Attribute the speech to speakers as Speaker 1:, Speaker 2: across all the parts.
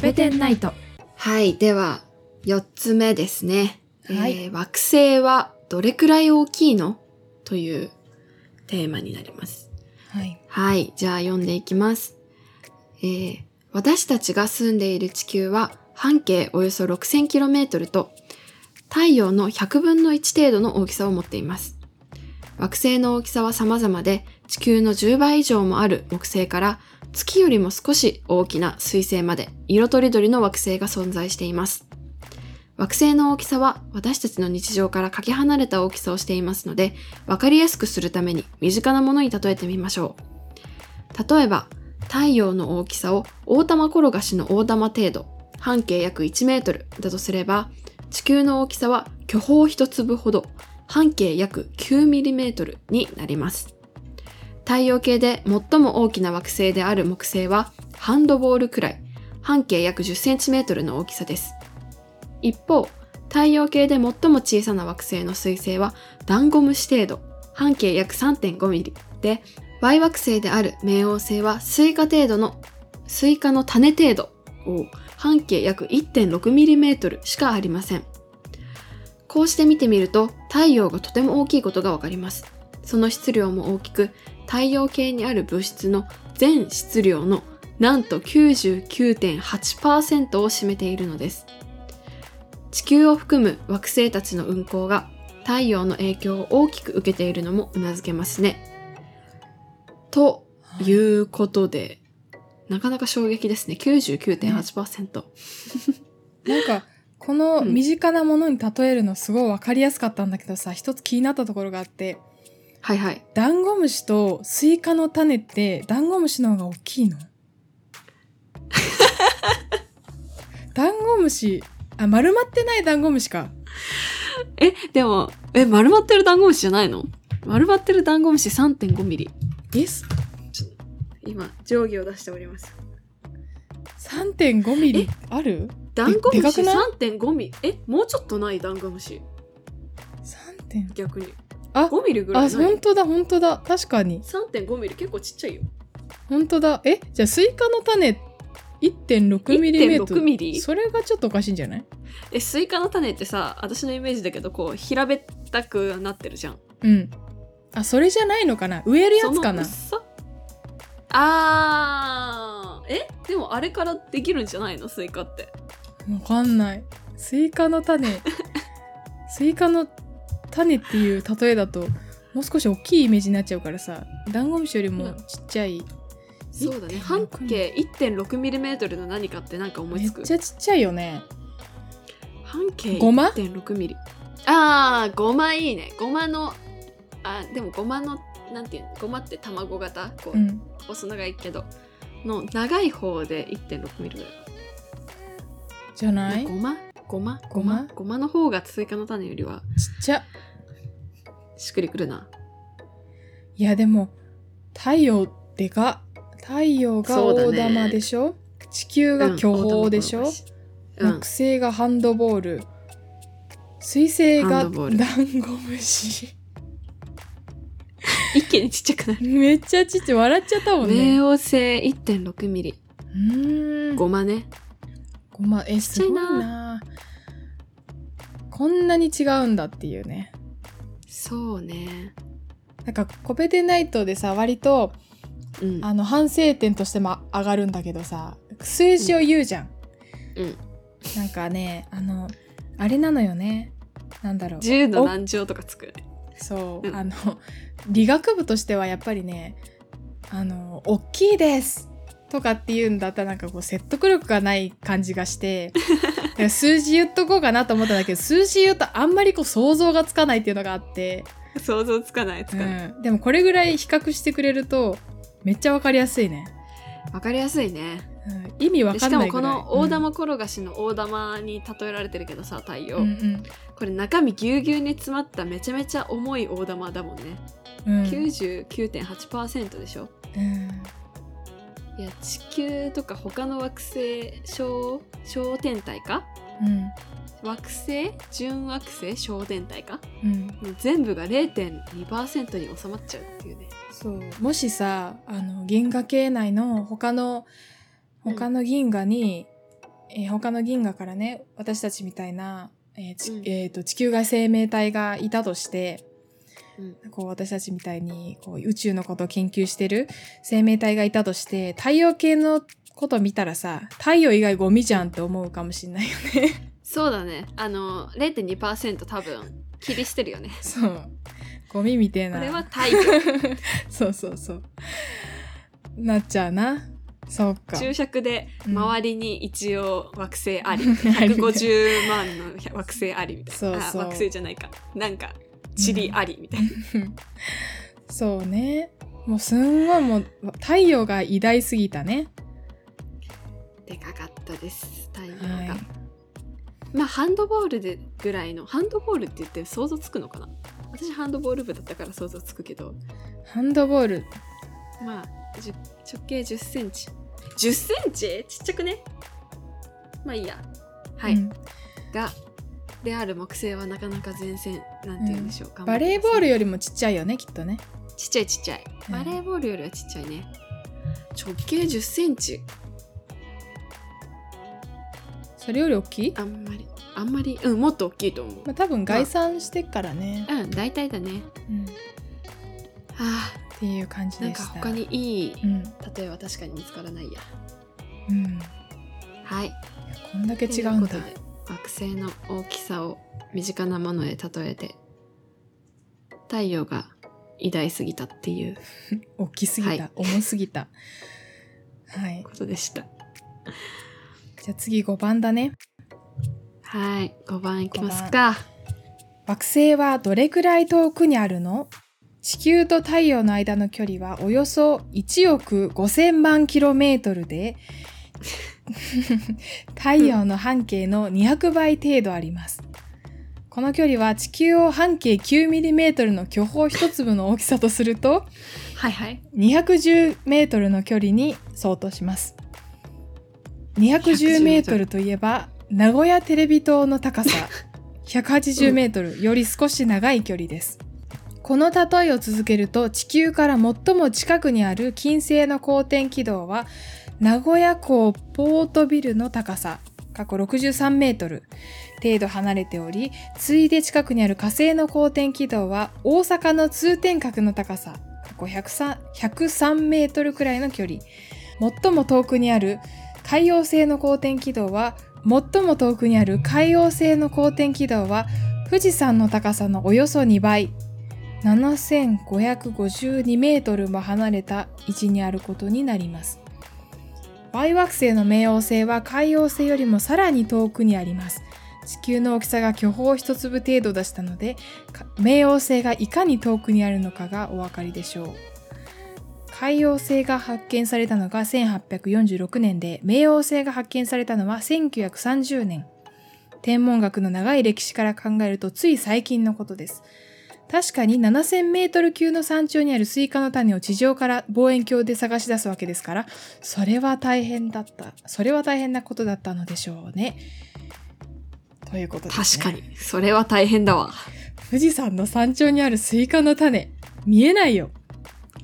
Speaker 1: ペテンナイト。
Speaker 2: はい。では、4つ目ですね。
Speaker 1: はい
Speaker 2: えー惑星はどれくらい大きいのというテーマになります。
Speaker 1: はい。
Speaker 2: はい。じゃあ読んでいきます。えー私たちが住んでいる地球は半径およそ 6000km と太陽の100分の1程度の大きさを持っています。惑星の大きさは様々で地球の10倍以上もある木星から月よりも少し大きな水星まで色とりどりの惑星が存在しています。惑星の大きさは私たちの日常からかけ離れた大きさをしていますので分かりやすくするために身近なものに例えてみましょう。例えば太陽の大きさを大玉転がしの大玉程度半径約1メートルだとすれば地球の大きさは巨峰一粒ほど半径約 9mm になります太陽系で最も大きな惑星である木星はハンドボールくらい半径約 10cm の大きさです一方太陽系で最も小さな惑星の彗星はダンゴムシ程度半径約 3.5mm で Y 惑星である冥王星はスイカ程度のスイカの種程度を半径約 1.6mm しかありませんこうして見てみると太陽がとても大きいことがわかりますその質量も大きく太陽系にある物質の全質量のなんと99.8%を占めているのです地球を含む惑星たちの運行が太陽の影響を大きく受けているのもうなずけますねということでなかなか衝撃ですね99.8%、
Speaker 1: なんか、この身近なものに例えるのすごいわかりやすかったんだけどさ、一つ気になったところがあって、
Speaker 2: はいはい
Speaker 1: ダンゴムシとスイカの種って、ダンゴムシの方が大き いのダンゴムシ、あ、丸まってないダンゴムシか。
Speaker 2: え、でも、え、丸まってるダンゴムシじゃないの丸まってるダンゴムシ3.5ミリ。
Speaker 1: え、す
Speaker 2: 今、定規を出しております。
Speaker 1: 3.5ミリある
Speaker 2: ダンゴ
Speaker 1: で
Speaker 2: ム
Speaker 1: か
Speaker 2: シ
Speaker 1: くない
Speaker 2: 3.5ミリ。え、もうちょっとないダンゴムシ。
Speaker 1: ?3 点。
Speaker 2: 逆に。
Speaker 1: あ
Speaker 2: 5ミリぐら
Speaker 1: あ、
Speaker 2: いない
Speaker 1: 本。当だ、本当だ。確かに。
Speaker 2: 3.5ミリ結構ちっちゃいよ。
Speaker 1: 本当だ。え、じゃあスイカの種1.6ミリメートル。
Speaker 2: 1.6ミリ
Speaker 1: それがちょっとおかしいんじゃない
Speaker 2: え、スイカの種ってさ、私のイメージだけど、こう、平べったくなってるじゃん。
Speaker 1: うん。あ、それじゃないのかな植えるやつかな
Speaker 2: その薄さあー。えでもあれからできるんじゃないのスイカって。
Speaker 1: わかんない。スイカの 種。スイカの種っていう例えだと、もう少し大きいイメージになっちゃうからさ、ダンゴムシよりもちっちゃい。
Speaker 2: そうだね。
Speaker 1: 1.6
Speaker 2: 半径1.6ミリメートルの何かってなんか思い
Speaker 1: めっ
Speaker 2: つく
Speaker 1: ちゃちっちゃいよね。
Speaker 2: 半径
Speaker 1: ごま
Speaker 2: 1.6ミリあーごまいいねごまのあでもごまのなんていうのごまって卵型こう、
Speaker 1: うん。
Speaker 2: 細長いけどの長い方で1.6ミリぐらい
Speaker 1: じゃない
Speaker 2: ご
Speaker 1: ちっ
Speaker 2: まごま
Speaker 1: ごま
Speaker 2: ごまの方が追加の種よりは
Speaker 1: ちゃ。
Speaker 2: しっくりくるない
Speaker 1: やでも太陽でか太陽が
Speaker 2: そうだね
Speaker 1: 大玉でしょ、地球が巨峰でしょ、
Speaker 2: うん
Speaker 1: 惑星がハンドボール水星
Speaker 2: ハ
Speaker 1: が
Speaker 2: ン
Speaker 1: ダン
Speaker 2: ドボ
Speaker 1: ゴ
Speaker 2: ール
Speaker 1: ムシ
Speaker 2: 一気にちっちゃくなる
Speaker 1: めっちゃちっちゃい笑っちゃったもんね
Speaker 2: 冥王星1.6ミリ
Speaker 1: うーんご
Speaker 2: ごまね
Speaker 1: まえす
Speaker 2: ちゃ
Speaker 1: ご
Speaker 2: い
Speaker 1: い
Speaker 2: な
Speaker 1: なこんなに違うんだっていうね
Speaker 2: そうね
Speaker 1: なんかコペテナイトでさ割と
Speaker 2: うん
Speaker 1: あの反省点としても上がるんだけどさ数字を言うじゃん、
Speaker 2: うん
Speaker 1: なんかねあのあれなのよねなんだろう
Speaker 2: 10の何乗とかつくよね
Speaker 1: そう、
Speaker 2: うん
Speaker 1: あの理学部としてはやっぱりねあの大きいですとかっていうんだったらなんかこう説得力がない感じがして だから数字言っとこうかなと思ったんだけど数字言うとあんまりこう想像がつかないっていうのがあって、
Speaker 2: 想像つかないつ
Speaker 1: う
Speaker 2: かない、
Speaker 1: ん、でもこれぐらい比較してくれるとめっちゃわかりやすいね。
Speaker 2: わかりやすいね
Speaker 1: うん意味わ
Speaker 2: で
Speaker 1: か
Speaker 2: し
Speaker 1: ん
Speaker 2: か
Speaker 1: な
Speaker 2: も
Speaker 1: いぐ
Speaker 2: こ
Speaker 1: らい
Speaker 2: の大玉転がしの大玉に例えられてるけどさ太陽、
Speaker 1: うんうん
Speaker 2: これ中身ぎゅうぎゅうに詰まっためちゃめちゃ重い大玉だもんね、
Speaker 1: うん
Speaker 2: 99.8%でしょ
Speaker 1: うん
Speaker 2: いや地球とか他の惑星小小天体か
Speaker 1: うん
Speaker 2: 惑星準惑星小天体か
Speaker 1: うん
Speaker 2: もう全部が0.2%に収まっちゃうっていうね
Speaker 1: そうもしさあの銀河系内の他の他の銀河にえー他の銀河からね私たちみたいな、えーち
Speaker 2: うん
Speaker 1: えーと地球外生命体がいたとして、
Speaker 2: う
Speaker 1: こう私たちみたいにこう宇宙のことを研究してる生命体がいたとして太陽系のこと見たらさ太陽以外ゴミじゃんって思うかもしんないよ ね。
Speaker 2: そうだねあの0.2%多分切りしてる よね
Speaker 1: そうゴミみてえ
Speaker 2: こ
Speaker 1: な。
Speaker 2: れは太陽
Speaker 1: そうそうそう。なっちゃうな。そうか。
Speaker 2: 注釈で
Speaker 1: うん
Speaker 2: 周りに一応惑星あり、
Speaker 1: あり
Speaker 2: 150万の惑星ありみたいな
Speaker 1: そうそう
Speaker 2: あ惑星じゃないかなんか塵ありみたいな、
Speaker 1: そうね。もうすんごいもう太陽が偉大すぎたね。
Speaker 2: でかかったです太陽が、
Speaker 1: は
Speaker 2: まあハンドボールでぐらいのハンドボールって言って想像つくのかな私ハンドボール部だったから想像つくけど
Speaker 1: い。ハンドボール。
Speaker 2: まあじゅ直径1 0センチ1 0センチちっちゃくねまあいいやはい、
Speaker 1: うん
Speaker 2: がである木星はなかなか前線なんて言うんでしょうか、
Speaker 1: バレーボールよりもちっちゃいよね、きっとね。
Speaker 2: ちっちゃいちっちゃい。
Speaker 1: うん
Speaker 2: バレーボールよりはちっちゃいね。直径10センチ。
Speaker 1: それより大きい
Speaker 2: あんまり、あんまり、うん、もっと大きいと思う
Speaker 1: まあ、。多分概算してっからね、
Speaker 2: うん、大体だね。
Speaker 1: うんっ
Speaker 2: あ
Speaker 1: ていう感じ
Speaker 2: あ、なん
Speaker 1: で
Speaker 2: か
Speaker 1: した。
Speaker 2: 他にいい
Speaker 1: うん、
Speaker 2: 例えは確かに見つからないや。
Speaker 1: うん、いや
Speaker 2: はい。
Speaker 1: こんだけ違うんだ
Speaker 2: と。いうことで惑星の大きさを身近なものへ例えて、太陽が偉大すぎたっていう
Speaker 1: 大きすぎた、
Speaker 2: はい
Speaker 1: 重すぎた。はい、
Speaker 2: ことでした。
Speaker 1: じゃあ次5番だね。
Speaker 2: はい。5番いきますか。
Speaker 1: 惑星はどれくらい遠くにあるの地球と太陽の間の距離はおよそ1億5000万キロメートルで 太陽の半径の200倍程度あります。この距離は地球を半径9ミリメートルの巨峰一粒の大きさとすると
Speaker 2: はいはい。
Speaker 1: 210メートルの距離に相当します。210メートルといえば名古屋テレビ塔の高さ180メートルより少し長い距離です。この例えを続けると地球から最も近くにある金星の公転軌道は名古屋港ポートビルの高さ過去63メートル程度離れており次いで近くにある火星の公転軌道は大阪の通天閣の高さ過去103 103メートルくらいの距離最も遠くにある海洋星の公転軌道は最も遠くにある海洋星の公転軌道は富士山の高さのおよそ2倍7552メートルも離れた位置にあることになります。バイ惑星の冥王星は海洋星よりもさらに遠くにあります。地球の大きさが巨峰一粒程度でしたので、か冥王星がいかに遠くにあるのかがお分かりでしょう。海洋星が発見されたのが1846年で、冥王星が発見されたのは1930年。天文学の長い歴史から考えるとつい最近のことです。確かに7000メートル級の山頂にあるスイカの種を地上から望遠鏡で探し出すわけですから、それは大変だった。それは大変なことだったのでしょうね。ということです、
Speaker 2: 確
Speaker 1: ね。
Speaker 2: かに。それは大変だわ。
Speaker 1: 富士山の山頂にあるスイカの種見えないよ、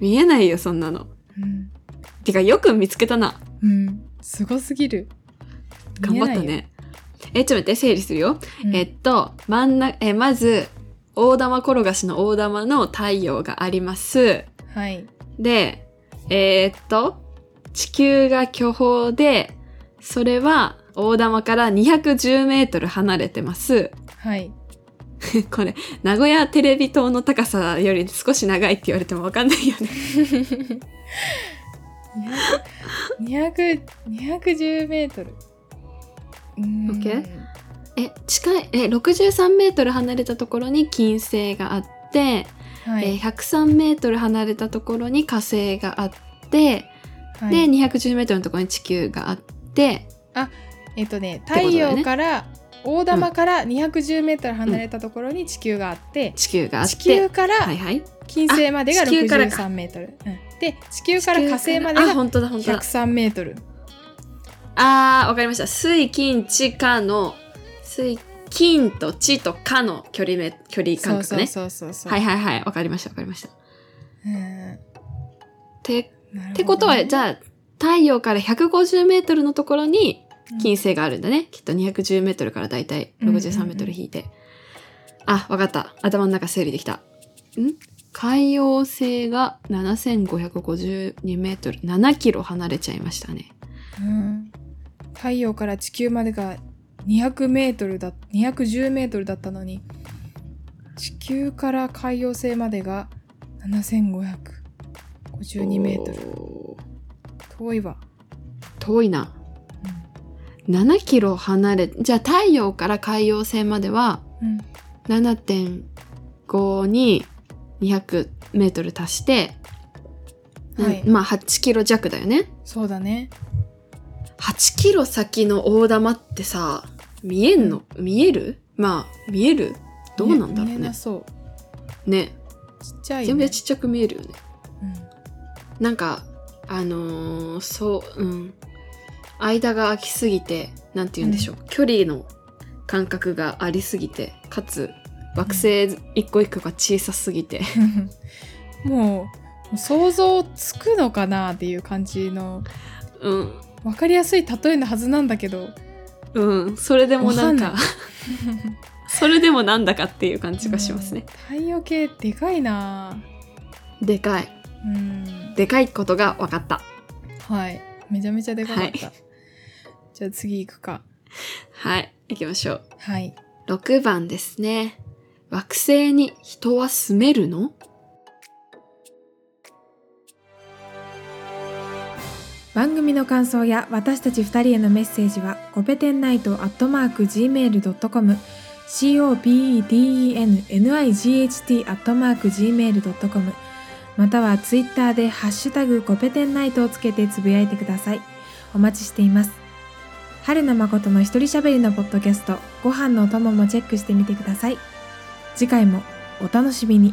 Speaker 2: 見えないよ、そんなの。
Speaker 1: うん
Speaker 2: てか、よく見つけたな。
Speaker 1: うん、すごすぎる
Speaker 2: 頑張っ
Speaker 1: 見えな
Speaker 2: た
Speaker 1: いよ
Speaker 2: ね。え、ちょっと待って、整理するよ。
Speaker 1: うん
Speaker 2: えっと、真ん中、え、まず、大玉転がしの大玉の太陽があります。
Speaker 1: はい
Speaker 2: で、えーっと、地球が巨峰で、それは大玉から210メートル離れてます。
Speaker 1: はい
Speaker 2: これ、名古屋テレビ塔の高さより少し長いって言われてもわかんないよね。
Speaker 1: 200 210メートルうーん
Speaker 2: OK え、近い、え、63メートル離れたところに金星があって、
Speaker 1: は
Speaker 2: えー
Speaker 1: い、
Speaker 2: 103メートル離れたところに火星があって、
Speaker 1: はい、
Speaker 2: で210メートルのところに地球があって、
Speaker 1: えっとね
Speaker 2: だ
Speaker 1: 太
Speaker 2: よね
Speaker 1: 陽から、大玉から210メートル離れたところに地球があって、
Speaker 2: 地球があって、
Speaker 1: 地球から
Speaker 2: はいはい、
Speaker 1: 金星までが
Speaker 2: あ地球からか
Speaker 1: 63メートル、うん、で地球から火星まで
Speaker 2: あ
Speaker 1: が
Speaker 2: 本当だ本当だ。
Speaker 1: 103メートル
Speaker 2: あーわかりました。水金地火の水金と地と火の距離め距離
Speaker 1: そう
Speaker 2: 感覚
Speaker 1: そう
Speaker 2: ね。
Speaker 1: そうそうそう
Speaker 2: はいはいはいわかりましたわかりました。
Speaker 1: うん
Speaker 2: て
Speaker 1: なるほどね
Speaker 2: ってことはじゃあ太陽から150メートルのところに金星があるんだね、きっと 210m からだいたい 63m 引いて、あわかった頭の中整理できたん海洋星が 7552m7 キロ離れちゃいましたね
Speaker 1: うん太陽から地球までが200メートルだ210メートルだったのに地球から海洋星までが7552メートル
Speaker 2: ル
Speaker 1: 遠いわ、
Speaker 2: 遠いな7キロ離れじゃあ太陽から海洋星までは
Speaker 1: うんうん
Speaker 2: 7.5に200メートル足して、
Speaker 1: はい
Speaker 2: まあ8キロ弱だよね
Speaker 1: そうだね
Speaker 2: 8キロ先の大玉ってさ見えんの見えるまあ見えるどうなんだろ
Speaker 1: 見え見え
Speaker 2: う
Speaker 1: な
Speaker 2: ね
Speaker 1: そう
Speaker 2: ね
Speaker 1: ちっちゃい、ね、
Speaker 2: 全部ちっちゃく見えるよね
Speaker 1: うん
Speaker 2: なんかあのーそううん間が空きすぎてなんて言うんでしょう、距離の感覚がありすぎてかつ惑星一個一個が小さすぎ て、
Speaker 1: もう想像つくのかなっていう感じの
Speaker 2: うん
Speaker 1: 分かりやすい例えのはずなんだけど
Speaker 2: うんそれでもなんか
Speaker 1: わかん
Speaker 2: それでもなんだかっていう感じがしますね、
Speaker 1: うん太陽系でかいな
Speaker 2: でかい
Speaker 1: うん
Speaker 2: でかいことが分かった
Speaker 1: はいめちゃめちゃでかかった、じゃあ次行くか
Speaker 2: はい行きましょう
Speaker 1: はい
Speaker 2: 6番ですね惑星に人は住めるの
Speaker 3: 番組の感想や私たち2人へのメッセージはコペテンナイトアットマーク Gmail.com COPEDENNIGHT アットマーク Gmail.com またはツイッターでハッシュタグコペテンナイトをつけてつぶやいてくださいお待ちしています春の誠の一人喋りのポッドキャストご飯のお供もチェックしてみてください次回もお楽しみに